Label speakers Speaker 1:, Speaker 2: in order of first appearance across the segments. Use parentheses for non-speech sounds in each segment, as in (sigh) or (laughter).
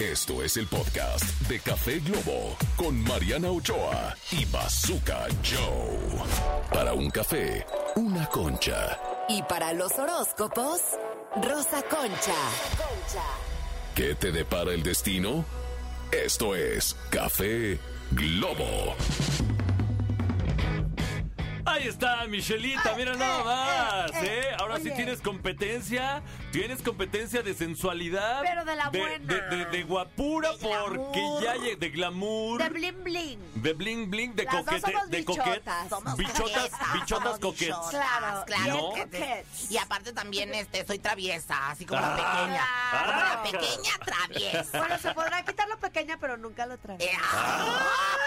Speaker 1: Esto es el podcast de Café Globo con Mariana Ochoa y Bazooka Joe. Para un café, una concha.
Speaker 2: Y para los horóscopos, Rosa Concha.
Speaker 1: ¿Qué te depara el destino? Esto es Café Globo.
Speaker 3: Ahí está, Michelita, mira nada más,
Speaker 4: Ah, eh, eh,
Speaker 3: ¿eh? Ahora sí
Speaker 4: oye.
Speaker 3: tienes competencia, tienes competencia de sensualidad.
Speaker 4: Pero de la
Speaker 3: de,
Speaker 4: buena.
Speaker 3: De, de- de guapura,
Speaker 4: De glamour.
Speaker 3: porque ya lle- de glamour.
Speaker 4: De bling bling.
Speaker 3: De bling bling, de
Speaker 4: Las dos
Speaker 3: coquete,
Speaker 4: somos
Speaker 3: de coquet,
Speaker 4: bichotas. Somos
Speaker 3: bichotas,
Speaker 5: coquetas,
Speaker 3: bichotas
Speaker 5: somos
Speaker 3: coquettes.
Speaker 5: bichotas.
Speaker 4: Claro,
Speaker 5: claro,
Speaker 3: ¿no?
Speaker 4: coquettes.
Speaker 5: Y aparte también este, soy traviesa, así como
Speaker 3: Ah,
Speaker 5: la pequeña. Como
Speaker 3: ah.
Speaker 5: la pequeña traviesa.
Speaker 4: Bueno, se podrá quitar lo pequeña, pero nunca lo
Speaker 3: Ah.
Speaker 4: trae.
Speaker 5: Eh,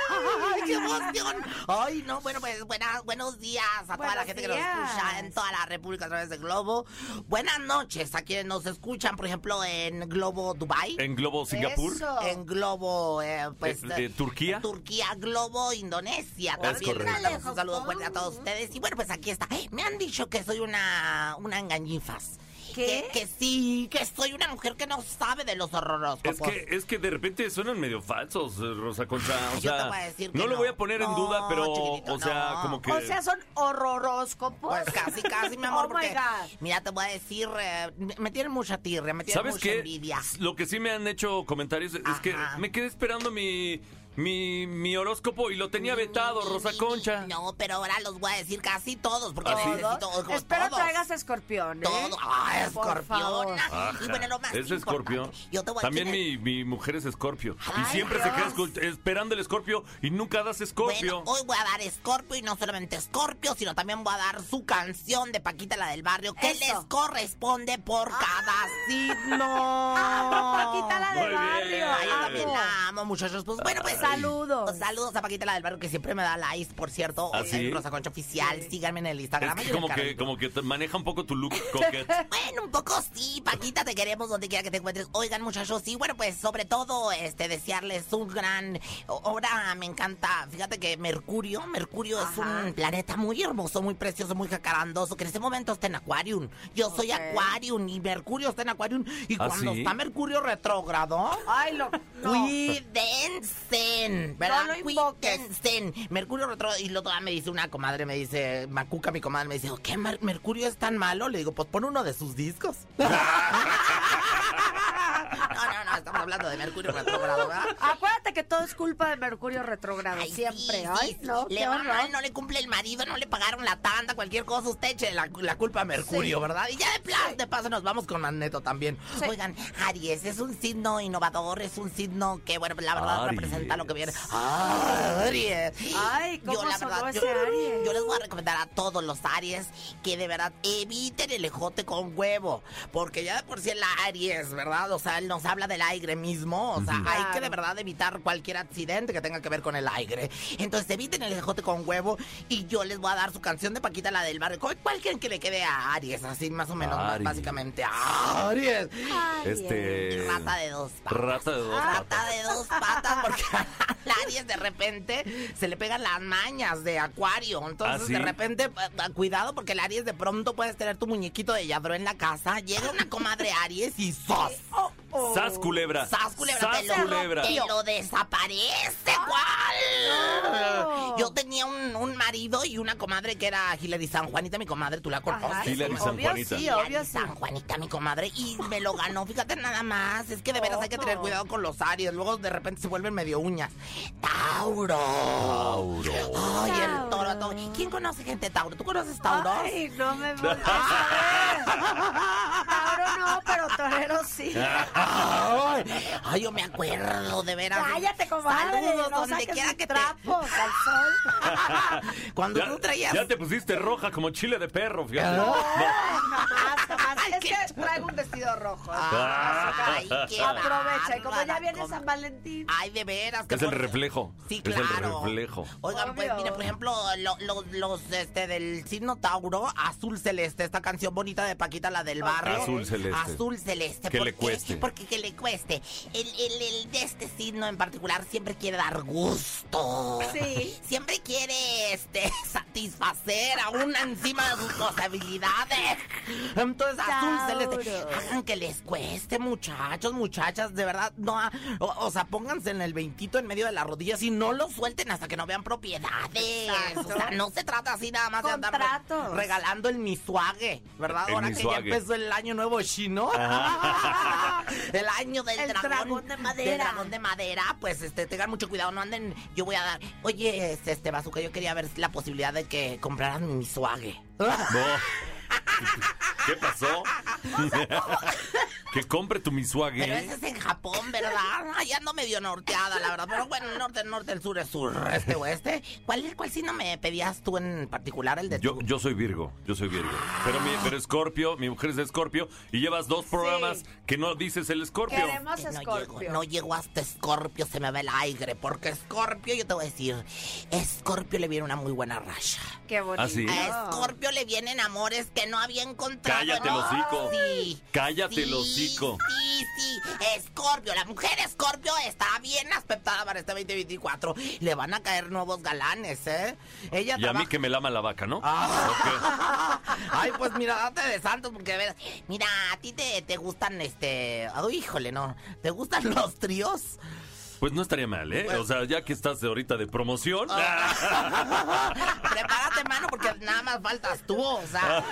Speaker 5: ¡Ay, qué emoción! Ay, no, bueno, pues buenas, buenos días a toda la
Speaker 4: Buenos
Speaker 5: gente que nos
Speaker 4: días.
Speaker 5: escucha en toda la República a través de Globo. Buenas noches a quienes nos escuchan, por ejemplo, en Globo Dubai.
Speaker 3: En Globo Singapur.
Speaker 4: Eso.
Speaker 5: En Globo, eh, pues.
Speaker 3: Eh, eh, ¿Turquía? Oh,
Speaker 5: Turquía, Globo, Indonesia. También
Speaker 3: correcto.
Speaker 5: les damos un saludo fuerte a todos ustedes. Y bueno, pues aquí está. Eh, Me han dicho que soy una, una engañifas.
Speaker 4: ¿Qué?
Speaker 5: Que, que sí, que soy una mujer que no sabe de los
Speaker 3: Es
Speaker 5: horroróscopos.
Speaker 3: que, es que de repente suenan medio falsos, eh, Rosa Concha. O
Speaker 5: Yo
Speaker 3: sea,
Speaker 5: te voy a decir que
Speaker 3: no lo
Speaker 5: no.
Speaker 3: voy a poner en
Speaker 5: No,
Speaker 3: duda, pero,
Speaker 5: chiquitito,
Speaker 3: o sea,
Speaker 5: no.
Speaker 3: como que.
Speaker 4: O sea, son horroróscopos.
Speaker 5: Pues casi, casi, mi amor,
Speaker 4: (laughs) Oh my
Speaker 5: porque
Speaker 4: God.
Speaker 5: mira, te voy a decir, eh, me me tienen mucha tirria, me tienen
Speaker 3: ¿Sabes
Speaker 5: mucha
Speaker 3: qué?
Speaker 5: envidia.
Speaker 3: Lo que sí me han hecho comentarios es
Speaker 5: Ajá.
Speaker 3: que me quedé esperando mi, mi, mi horóscopo y lo tenía vetado, Rosa Concha.
Speaker 5: Mm, No, pero ahora los voy a decir casi todos, porque
Speaker 3: ¿Ah, sí?
Speaker 5: necesito
Speaker 4: Todos.
Speaker 5: como
Speaker 4: Espero
Speaker 5: todos.
Speaker 4: traigas escorpión. ¿eh?
Speaker 5: Todo. Ah,
Speaker 4: Por favor.
Speaker 5: escorpión. Ah, Y
Speaker 3: Ajá.
Speaker 5: bueno, lo más
Speaker 3: es escorpio.
Speaker 5: importante, Yo te voy a
Speaker 3: Ah, También
Speaker 5: decir-
Speaker 3: mi, mi mujer es escorpio. Y
Speaker 5: Ay,
Speaker 3: siempre se queda
Speaker 4: Dios.
Speaker 3: escu- esperando el escorpio y nunca das escorpio.
Speaker 5: Bueno, hoy voy a dar Scorpio y no solamente Scorpio, sino también voy a dar su canción de Paquita la del barrio que
Speaker 4: Eso. Ah.
Speaker 5: les corresponde por cada signo.
Speaker 4: Paquita la
Speaker 3: Muy
Speaker 4: Ah, de
Speaker 3: bien.
Speaker 4: barrio.
Speaker 5: Ah, Ay, yo
Speaker 3: Amo.
Speaker 5: también la amo, muchachos. Pues bueno, pues
Speaker 4: Saludos.
Speaker 5: pues, saludos a Paquita la del barrio que siempre me da likes, por cierto.
Speaker 3: ¿Ah,
Speaker 5: en
Speaker 3: sí?
Speaker 5: Rosa Concha oficial, síganme en el
Speaker 3: es
Speaker 5: Instagram.
Speaker 3: que
Speaker 5: y en el
Speaker 3: como que,
Speaker 5: canal.
Speaker 3: como que te- maneja un poco tu
Speaker 5: (laughs)
Speaker 3: look coquete.
Speaker 5: Bueno, un poco sí, Paquita, te queremos donde quiera que te encuentres. Oigan, muchachos, sí, bueno, pues sobre todo, este, desearles un gran... o- Ahora me encanta, fíjate que Mercurio, Mercurio es un planeta muy hermoso, muy precioso, muy jacarandoso, que en este momento está en Aquarium. Yo soy
Speaker 4: Ok.
Speaker 5: Aquarium y Mercurio está en Aquarium. Y
Speaker 3: ¿Ah,
Speaker 5: cuando
Speaker 3: sí?
Speaker 5: está Mercurio retrógrado...
Speaker 4: Ay, lo. No.
Speaker 5: Cuídense, ¿verdad?
Speaker 4: No lo invoques.
Speaker 5: Cuídense. Mercurio retrógrado. Y luego ah, me dice una comadre, me dice, Macuca, mi comadre, me dice, "Oh, ¿qué Mer- Mercurio es tan malo? Le digo, pues pon uno de sus discos. (laughs) no, no, no, estamos hablando de Mercurio retrógrado, ¿verdad?
Speaker 4: Acuérdate que todo es culpa de Mercurio retrógrado.
Speaker 5: Ay,
Speaker 4: siempre.
Speaker 5: sí, sí,
Speaker 4: Ay,
Speaker 5: sí.
Speaker 4: no.
Speaker 5: le
Speaker 4: qué
Speaker 5: va
Speaker 4: horror.
Speaker 5: mal, no le cumple el marido, no le pagaron la tanda, cualquier cosa, usted eche la, la culpa a Mercurio,
Speaker 4: Sí.
Speaker 5: ¿verdad? Y ya de plan, de paso nos vamos con Magneto también.
Speaker 4: Sí.
Speaker 5: Oigan, Aries es un signo innovador, es un signo que, bueno, la verdad
Speaker 3: Aries.
Speaker 5: representa lo que viene. Aries.
Speaker 4: Ay, ¿cómo sonó ese Aries?
Speaker 5: yo les voy a recomendar a todos los Aries que de verdad eviten el ejote con huevo, porque ya de por sí el Aries, ¿verdad? O sea, él nos habla del aire mismo, o sea, hay que de
Speaker 4: Claro.
Speaker 5: verdad verdad, evitar cualquier accidente que tenga que ver con el aire. Entonces eviten el ejote con huevo y yo les voy a dar su canción de Paquita, la del barrio. ¿Cuál cuál creen que le quede a Aries? Así más o menos, más
Speaker 3: Aries.
Speaker 5: básicamente. ¡Ah, ¡Aries!
Speaker 4: Ay,
Speaker 3: Este.
Speaker 5: Rata de dos patas.
Speaker 3: Rata de dos patas.
Speaker 5: Rata de dos patas,
Speaker 3: (laughs)
Speaker 5: porque al Aries de repente se le pegan las mañas de acuario. Entonces,
Speaker 3: ¿Ah, sí?
Speaker 5: de repente, eh, cuidado, porque el Aries de pronto puedes tener tu muñequito de Yadro en la casa. Llega una comadre Aries y ¡sos!
Speaker 4: Oh, oh.
Speaker 3: Sas culebra.
Speaker 5: Sas culebra,
Speaker 3: Sas
Speaker 5: te, lo,
Speaker 3: culebra. Ah,
Speaker 5: te lo desaparece, ¿cuál?
Speaker 4: no.
Speaker 5: Yo tenía un, un marido y una comadre que era Hilary San Juanita, mi comadre, tú la
Speaker 4: Ajá,
Speaker 5: conoces.
Speaker 4: sí,
Speaker 3: Hilary San
Speaker 4: obvio
Speaker 3: Juanita.
Speaker 4: sí,
Speaker 5: Hilary
Speaker 4: obvio sí.
Speaker 5: San Juanita, mi comadre, y me lo ganó. Fíjate nada más. Es que de veras hay que tener
Speaker 4: ¿Cómo?
Speaker 5: cuidado con los Aries. Luego de repente se vuelven medio uñas. Tauro. Tauro. Ay, el toro, toro. ¿Quién conoce gente Tauro? ¿Tú conoces Tauro?
Speaker 4: Ay, no me
Speaker 3: (laughs)
Speaker 4: voltees a ver. Tauro no, pero torero sí.
Speaker 5: Ah. Ay, (laughs) ay, yo me acuerdo, de veras.
Speaker 4: Cállate, comadre.
Speaker 5: Saludos
Speaker 4: no
Speaker 5: donde
Speaker 4: saques
Speaker 5: quiera
Speaker 4: mis
Speaker 5: que te-
Speaker 4: trapos al sol.
Speaker 5: (laughs) Cuando
Speaker 3: Ya,
Speaker 5: tú traías.
Speaker 3: ya te pusiste roja como chile de perro, fíjate.
Speaker 4: Jamás, jamás.
Speaker 5: Ay,
Speaker 4: es
Speaker 5: qué
Speaker 4: que traigo un vestido rojo. ¿eh?
Speaker 5: Ay, qué Ah,
Speaker 4: Aprovecha. Y como ya
Speaker 5: bárbara,
Speaker 4: viene
Speaker 5: com-
Speaker 4: San Valentín.
Speaker 5: Ay, de veras. qué
Speaker 3: Es el
Speaker 5: fuerte.
Speaker 3: reflejo.
Speaker 5: Sí,
Speaker 3: Es
Speaker 5: claro.
Speaker 3: el reflejo.
Speaker 5: Oigan, pues
Speaker 4: Obvio.
Speaker 5: mire, por ejemplo, lo- lo- los este, del signo Tauro, Azul Celeste, esta canción bonita de Paquita, la del barrio.
Speaker 3: Azul Celeste.
Speaker 5: Azul Celeste.
Speaker 3: Que
Speaker 5: ¿por
Speaker 3: le
Speaker 5: qué?
Speaker 3: cueste.
Speaker 5: Porque que le cueste. El, el- el de este signo en particular siempre quiere dar gusto.
Speaker 4: Sí.
Speaker 5: Siempre quiere (laughs) este, satisfacer a una encima de sus posibilidades. Entonces, azul celeste.
Speaker 4: Tauro.
Speaker 5: Hagan que les cueste, muchachos, muchachas, de verdad, no, ha- o, o sea, pónganse en el veintito en medio de las rodillas y no lo suelten hasta que no vean propiedades.
Speaker 4: Exacto.
Speaker 5: O sea, no se trata así nada más de andar
Speaker 4: Contratos.
Speaker 5: re- regalando el misuague, ¿verdad?
Speaker 3: El
Speaker 5: Ahora que
Speaker 3: misuague.
Speaker 5: ya empezó el año nuevo chino. (laughs) el año del
Speaker 4: El
Speaker 5: dragón,
Speaker 4: dragón de madera.
Speaker 5: del dragón de madera, pues este, tengan mucho cuidado, no anden. Yo voy a dar. Oye, este, este bazooka, yo quería ver la posibilidad de que compraran mi misuague.
Speaker 3: No. ¿Qué pasó? que compre tu misuague.
Speaker 5: Pero ese es en Japón, ¿verdad? Ay, ando medio norteada, la verdad. Pero bueno, el norte, el norte, el sur, el sur, este oeste. ¿Cuál, cuál signo me pedías tú en particular? El de
Speaker 3: Yo,
Speaker 5: tu-
Speaker 3: yo soy Virgo, yo soy Virgo. Pero mi, pero Scorpio, mi mujer es de Scorpio y llevas dos programas que no dices el Scorpio.
Speaker 4: Queremos
Speaker 5: que no
Speaker 4: Scorpio.
Speaker 5: llego, no llego hasta Escorpio, se me ve el aire, porque Escorpio, yo te voy a decir, Escorpio le viene una muy buena raya.
Speaker 4: Qué bonito.
Speaker 3: Ah, sí.
Speaker 5: A Escorpio le vienen amores que no había encontrado.
Speaker 3: Cállate,
Speaker 5: ¿no?
Speaker 3: el hocico.
Speaker 5: Oh, Sí.
Speaker 3: Cállate, el
Speaker 5: sí,
Speaker 3: hocico.
Speaker 5: Sí, sí, Escorpio, la mujer Escorpio está bien aspectada para este 2024. Le van a caer nuevos galanes, ¿eh? Ella
Speaker 3: Y a mí Ah,
Speaker 5: trabaja-
Speaker 3: que me lama la vaca, ¿no?
Speaker 5: Ah. (laughs) Ay, pues mira, date de santos, porque de veras. Mira, a ti te, te gustan este. ay, híjole, no. ¿Te gustan (laughs) los tríos?
Speaker 3: Pues no estaría mal, ¿eh? O sea, ya que estás de ahorita de promoción.
Speaker 5: Ah.
Speaker 3: ah,
Speaker 5: Prepárate, mano, porque nada más faltas tú, o sea.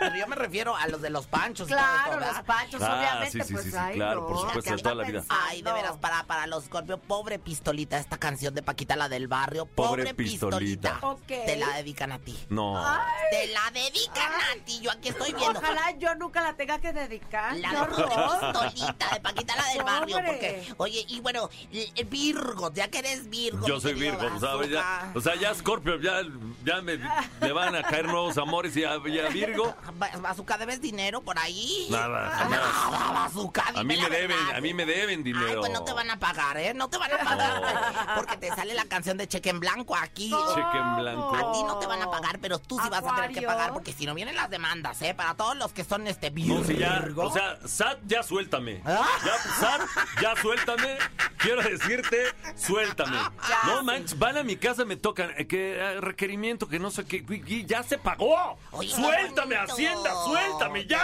Speaker 5: Pero yo me refiero a los de los panchos. y todo
Speaker 4: Claro,
Speaker 5: esto, ¿verdad?
Speaker 4: los pachos,
Speaker 3: Ah,
Speaker 4: obviamente.
Speaker 3: sí, sí,
Speaker 4: pues,
Speaker 3: sí, sí,
Speaker 4: ay,
Speaker 3: claro,
Speaker 4: no,
Speaker 3: por supuesto,
Speaker 4: ¿qué
Speaker 3: de toda
Speaker 4: anda
Speaker 3: la vida.
Speaker 4: pensando?
Speaker 5: Ay, de veras, para, para los Scorpio, pobre pistolita, esta canción de Paquita, la del barrio, pobre,
Speaker 3: Pobre
Speaker 5: pistolita.
Speaker 3: pistolita.
Speaker 4: Ok.
Speaker 5: Te la dedican a ti.
Speaker 3: No.
Speaker 5: Te la dedican a ti, yo aquí estoy viendo.
Speaker 4: Ojalá yo nunca la tenga que dedicar.
Speaker 5: La (laughs)
Speaker 4: ¡Qué
Speaker 5: mejor
Speaker 4: horror!
Speaker 5: pistolita de Paquita, la del barrio.
Speaker 4: Pobre.
Speaker 5: Porque, oye, y bueno, l- eh, Virgo, ya que eres Virgo.
Speaker 3: Yo
Speaker 5: mi
Speaker 3: soy
Speaker 5: querido
Speaker 3: Virgo, o sea, ya,
Speaker 5: Bazooka.
Speaker 3: o sea, ya Scorpio, ya, ya me, le van a caer nuevos amores y a, y a Virgo,
Speaker 5: Ba- Bazooka, ¿debes dinero por ahí? Ah,
Speaker 3: Nada,
Speaker 5: Nada, Bazooka,
Speaker 3: a
Speaker 5: dime
Speaker 3: mí
Speaker 5: la
Speaker 3: me deben,
Speaker 5: verdad.
Speaker 3: a mí me deben dinero.
Speaker 5: Ay, pues no te van a pagar, ¿eh? No te van a pagar, güey, porque te sale la canción de Cheque en Blanco aquí.
Speaker 3: Cheque
Speaker 5: ¡Oh!
Speaker 3: en blanco.
Speaker 5: A ti no te van a pagar, pero tú sí vas a tener que
Speaker 4: Acuario.
Speaker 5: pagar, porque si no vienen las demandas, ¿eh? Para todos los que son este Virgo.
Speaker 3: No, si ya, o sea, SAT, ya suéltame.
Speaker 5: Ah.
Speaker 3: Ya, SAT, ya suéltame. Quiero decirte, suéltame.
Speaker 5: Ah,
Speaker 3: No manches, van a mi casa, me tocan, eh, que eh, requerimiento, que no sé qué, y- y ya se pagó.
Speaker 5: Oye, qué
Speaker 3: suéltame,
Speaker 5: bonito.
Speaker 3: Hacienda, suéltame, ya.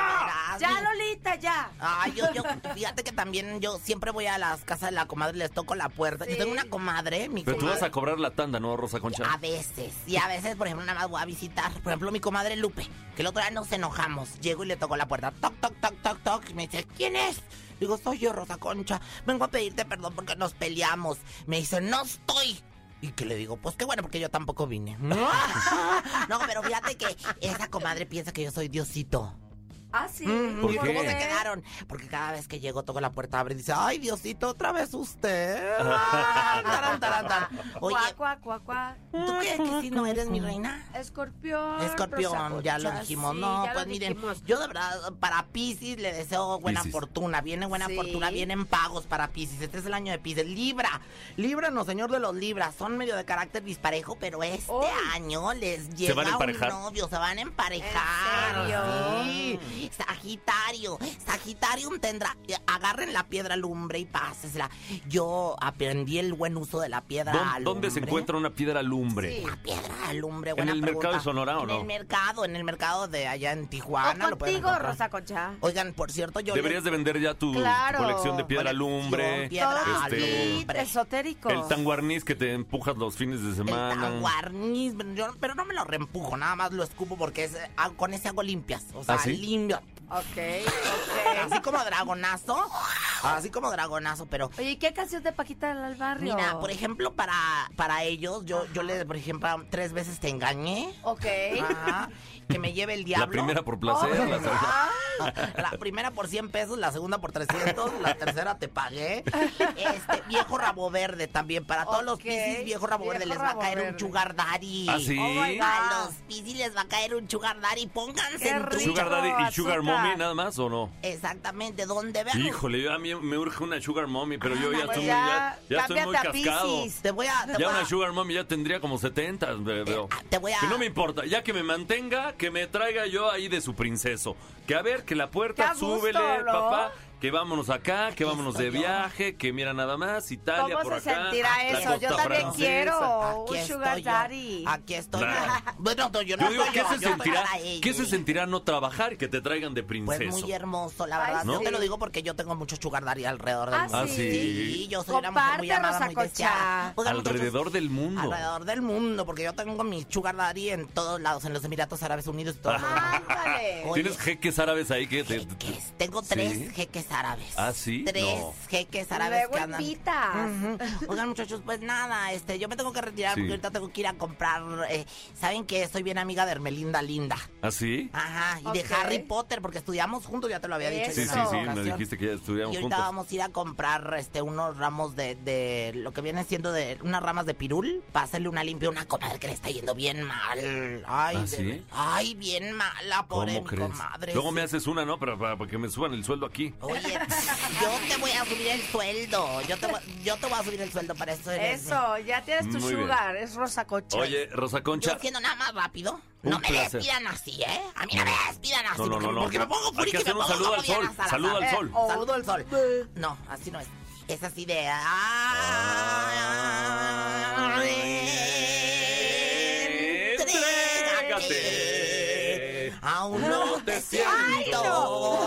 Speaker 5: De
Speaker 4: Ya,
Speaker 5: veras,
Speaker 4: Lolita, ya.
Speaker 5: Ay, yo, yo, fíjate que también yo siempre voy a las casas de la comadre, les toco la puerta. Yo
Speaker 4: Sí.
Speaker 5: tengo una comadre, mi
Speaker 3: Pero tú vas
Speaker 5: comadre.
Speaker 3: a cobrar la tanda, ¿no, Rosa
Speaker 5: A
Speaker 3: Concha?
Speaker 5: veces, y a veces, por ejemplo, nada más voy a visitar. Por ejemplo, mi comadre Lupe, que el otro día nos enojamos. Llego y le toco la puerta. Toc, toc, toc, toc, toc. Y me dice, ¿quién es? Digo, soy yo, Rosa Concha. Vengo a pedirte perdón porque nos peleamos. Me dice, no estoy. Y que le digo, pues qué bueno, porque yo tampoco vine. (laughs) No, pero fíjate que esa comadre piensa que yo soy Diosito.
Speaker 4: Ah, sí.
Speaker 5: Mm,
Speaker 3: ¿Por
Speaker 5: ¿y ¿Cómo
Speaker 3: qué?
Speaker 5: se quedaron? Porque cada vez que llego, toco la puerta, abre y dice, ay, Diosito, otra vez
Speaker 3: (laughs)
Speaker 5: usted. Ah, tarán, tarán, tarán. Oye,
Speaker 4: Cuá, cuá, cuá, cuá.
Speaker 5: ¿tú crees que si no eres mi reina?
Speaker 4: Escorpión.
Speaker 5: Escorpión, ya lo
Speaker 4: Rosa,
Speaker 5: dijimos.
Speaker 4: sí,
Speaker 5: no,
Speaker 4: ya lo
Speaker 5: pues miren,
Speaker 4: dijimos.
Speaker 5: yo de verdad, para Pisces le deseo buena
Speaker 3: Piscis.
Speaker 5: fortuna. Viene buena
Speaker 4: Sí.
Speaker 5: fortuna, vienen pagos para Pisces. Este es el año de Pisces. Libra, Libra, no señor de los Libras. Son medio de carácter disparejo, pero este
Speaker 4: Uy.
Speaker 5: año les llega
Speaker 3: van a
Speaker 5: un
Speaker 3: emparejar?
Speaker 5: novio, se van a emparejar.
Speaker 4: ¿En serio?
Speaker 5: Sí. Sagitario, Sagitarium tendrá. eh, Agarren la piedra lumbre y pásesela. Yo aprendí el buen uso de la piedra
Speaker 3: ¿Dó- ¿Dónde se
Speaker 5: lumbre.
Speaker 3: encuentra una piedra lumbre?
Speaker 4: Sí.
Speaker 5: La piedra alumbre, buena
Speaker 3: el mercado
Speaker 5: pregunta.
Speaker 3: de Sonora o
Speaker 5: En
Speaker 3: no?
Speaker 5: el mercado, en el mercado de allá en Tijuana.
Speaker 4: O
Speaker 5: lo pueden
Speaker 4: contigo,
Speaker 5: encontrar.
Speaker 4: Rosa Concha.
Speaker 5: Oigan, por cierto, yo...
Speaker 3: Deberías de vender ya tu, tu
Speaker 4: Claro.
Speaker 3: colección de piedra
Speaker 5: Colección,
Speaker 3: lumbre.
Speaker 5: piedra
Speaker 4: Todo
Speaker 5: lumbre.
Speaker 4: kit esotérico.
Speaker 3: El tanguarniz que te empujas los fines de
Speaker 5: El
Speaker 3: semana.
Speaker 5: taguarniz, pero yo- pero no me lo reempujo, nada más lo escupo porque es, ah, con ese hago limpias. O sea,
Speaker 3: ¿Ah, sí?
Speaker 5: limpio.
Speaker 4: Ok, ok.
Speaker 5: Así como dragonazo. Así como dragonazo, pero
Speaker 4: Oye, ¿y ¿qué canción de Paquita del Barrio?
Speaker 5: Mira, por ejemplo, para, para ellos, yo, yo les, por ejemplo, tres veces te engañé.
Speaker 4: Ok.
Speaker 5: Ajá. que me lleve el diablo.
Speaker 3: La primera por
Speaker 4: Oh,
Speaker 3: placer. la segunda-
Speaker 5: (laughs) La primera por 100 pesos, la segunda por 300, la tercera te pagué. Este viejo rabo verde también. Para todos los
Speaker 4: Ok,
Speaker 5: piscis, viejo rabo verde
Speaker 4: viejo
Speaker 5: les va a
Speaker 4: rabo
Speaker 5: caer un
Speaker 4: verde.
Speaker 5: sugar daddy.
Speaker 3: ¿Ah, sí?
Speaker 4: Oh my God.
Speaker 5: A los piscis les va a caer un sugar daddy. Pónganse
Speaker 4: Qué
Speaker 5: en
Speaker 4: rico.
Speaker 5: trucha.
Speaker 3: Sugar Daddy y Sugar
Speaker 4: azúcar.
Speaker 3: Mommy, nada más o no?
Speaker 5: Exactamente, donde vean.
Speaker 3: Híjole, yo a mí me urge una Sugar Mommy, pero yo ya
Speaker 4: pues
Speaker 3: estoy, muy-
Speaker 4: ya,
Speaker 3: ya, ya estoy muy
Speaker 4: cámbiate a
Speaker 3: cascado.
Speaker 4: Piscis.
Speaker 5: Te voy a. Te
Speaker 3: Ya
Speaker 5: voy a-
Speaker 3: una Sugar Mommy ya tendría como 70,
Speaker 4: Eh,
Speaker 3: ve- veo.
Speaker 5: ah, te voy a-
Speaker 3: Que no me importa, ya que me mantenga, que me traiga yo ahí de su princeso. Que a ver, que la
Speaker 4: Qué a
Speaker 3: puerta,
Speaker 4: gusto,
Speaker 3: súbele,
Speaker 4: ¿no?
Speaker 3: papá. que vámonos acá, que
Speaker 5: Aquí
Speaker 3: vámonos de
Speaker 5: estoy yo.
Speaker 3: viaje, que mira nada más, Italia
Speaker 4: ¿Cómo
Speaker 3: por
Speaker 4: se
Speaker 3: acá.
Speaker 4: sentirá
Speaker 3: la
Speaker 4: eso? Yo
Speaker 3: costa
Speaker 4: también
Speaker 3: francesa.
Speaker 4: quiero un
Speaker 5: estoy
Speaker 4: sugar
Speaker 5: yo.
Speaker 4: daddy.
Speaker 5: Aquí estoy yo. (laughs)
Speaker 3: Nah.
Speaker 5: Bueno, no, yo no
Speaker 3: Yo digo,
Speaker 5: estoy
Speaker 3: ¿qué
Speaker 5: yo,
Speaker 3: se
Speaker 5: yo estoy
Speaker 3: sentirá?
Speaker 5: para ella.
Speaker 3: ¿Qué se sentirá no trabajar y que te traigan de
Speaker 5: Pues
Speaker 3: princeso?
Speaker 5: muy hermoso, la
Speaker 4: Ay,
Speaker 5: verdad.
Speaker 4: ¿no?
Speaker 5: Yo te lo digo porque yo tengo muchos sugar daddy alrededor del
Speaker 4: Ah,
Speaker 5: mundo.
Speaker 3: sí.
Speaker 5: Sí, yo soy una mujer muy
Speaker 4: Compártenos,
Speaker 5: amada, muy deseada.
Speaker 4: Acocha.
Speaker 5: Oigan, muchachos,
Speaker 3: Alrededor del mundo.
Speaker 5: Alrededor del mundo, porque yo tengo mi sugar daddy en todos lados, en los Emiratos Árabes Unidos y todo. el mundo.
Speaker 4: Ándale.
Speaker 5: Oye.
Speaker 3: Tienes jeques árabes ahí que te...
Speaker 5: Jeques. Tengo
Speaker 3: Sí.
Speaker 5: tres jeques árabes.
Speaker 3: ¿Ah, sí?
Speaker 5: Tres
Speaker 3: No.
Speaker 5: jeques árabes
Speaker 4: Luego
Speaker 5: que andan.
Speaker 4: invitas.
Speaker 5: Ujú. Oigan, muchachos, pues nada, este, yo me tengo que retirar
Speaker 3: Sí.
Speaker 5: porque ahorita tengo que ir a comprar. eh, ¿Saben que Soy bien amiga de Hermelinda Linda.
Speaker 3: ¿Así?
Speaker 5: Ajá, y
Speaker 4: Ok.
Speaker 5: de Harry Potter, porque estudiamos juntos, ya te lo había dicho.
Speaker 3: sí,
Speaker 5: en
Speaker 3: sí,
Speaker 4: eso.
Speaker 5: una
Speaker 3: sí, me
Speaker 5: ocasión.
Speaker 3: dijiste que ya
Speaker 5: Y
Speaker 3: estuviéramos
Speaker 5: ahorita
Speaker 3: juntos.
Speaker 5: vamos a ir a comprar este, unos ramos de, de lo que vienen siendo de unas ramas de pirul para hacerle una limpia a una comadre que le está yendo bien mal. Ay,
Speaker 3: ¿Ah,
Speaker 5: de-
Speaker 3: sí?
Speaker 5: ay bien mala, pobre
Speaker 3: ¿Cómo
Speaker 5: mi
Speaker 3: crees?
Speaker 5: comadre.
Speaker 3: Luego
Speaker 5: sí.
Speaker 3: me haces una, ¿no? Para, para- para que me suban el sueldo aquí.
Speaker 5: Oye, yo te voy a subir el sueldo. Yo te, voy- yo te voy a subir el sueldo para eso. eres mi-
Speaker 4: Eso, ya tienes tu
Speaker 3: Muy bien.
Speaker 4: sugar, es rosa coche.
Speaker 3: Oye, Rosa
Speaker 5: Yo
Speaker 3: Concha.
Speaker 5: haciendo nada más rápido.
Speaker 3: Un
Speaker 5: no me
Speaker 3: placer.
Speaker 5: despidan así, ¿eh? A mí no me despidan así.
Speaker 3: No, no,
Speaker 5: porque,
Speaker 3: no, no.
Speaker 5: porque me pongo
Speaker 3: Hay que
Speaker 5: furiosa y
Speaker 3: hacer
Speaker 5: me
Speaker 3: un
Speaker 5: pongo
Speaker 3: saludo al
Speaker 5: como Diana
Speaker 3: sol.
Speaker 5: Salazar.
Speaker 3: Saludo al
Speaker 4: Eh,
Speaker 3: sol.
Speaker 4: oh.
Speaker 5: Saludo al sol. No, así no es. Es así de.
Speaker 3: Ah.
Speaker 5: Entrégate. Aún no te
Speaker 3: Ay,
Speaker 5: (laughs) siento.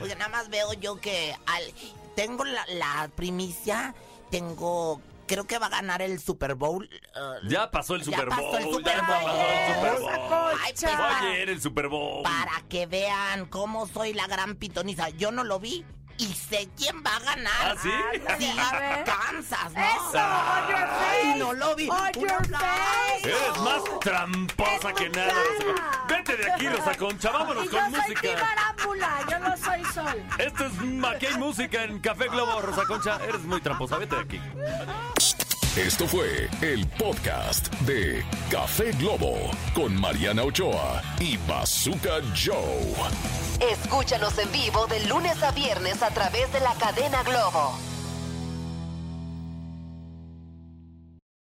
Speaker 5: Oiga, nada más veo yo que al- tengo la, la primicia, tengo. Creo que va a ganar el Super Bowl. eh,
Speaker 3: Ya pasó el
Speaker 5: Ya
Speaker 3: Super
Speaker 5: pasó
Speaker 3: Bowl.
Speaker 5: el Super
Speaker 3: ya
Speaker 5: Bowl.
Speaker 3: pasó el
Speaker 5: Ay,
Speaker 3: Super
Speaker 4: Rosa
Speaker 3: Bowl.
Speaker 5: Ay,
Speaker 4: Concha.
Speaker 5: pues,
Speaker 3: Va a llegar el Super Bowl.
Speaker 5: Para que vean cómo soy la gran pitoniza. Yo no lo vi y sé quién va a ganar.
Speaker 3: ¿Ah, sí?
Speaker 5: Sí,
Speaker 4: (laughs) A ver.
Speaker 5: Kansas, ¿no?
Speaker 4: Eso, on your
Speaker 5: Ay,
Speaker 4: face.
Speaker 5: no lo vi.
Speaker 4: On
Speaker 5: Un
Speaker 4: your
Speaker 5: aplauso.
Speaker 4: face.
Speaker 3: Eres más tramposa que nada, Rosa Concha. Vete de aquí, Rosa Concha. Vámonos
Speaker 4: Y yo
Speaker 3: con
Speaker 4: soy
Speaker 3: música.
Speaker 4: Timarámbula, yo no soy sol.
Speaker 3: Esto es Mackay Música en Café Globo, Rosa Concha. Eres muy tramposa. Vete de aquí.
Speaker 1: Esto fue el podcast de Café Globo con Mariana Ochoa y Bazooka Joe.
Speaker 6: Escúchanos en vivo de lunes a viernes a través de la cadena Globo.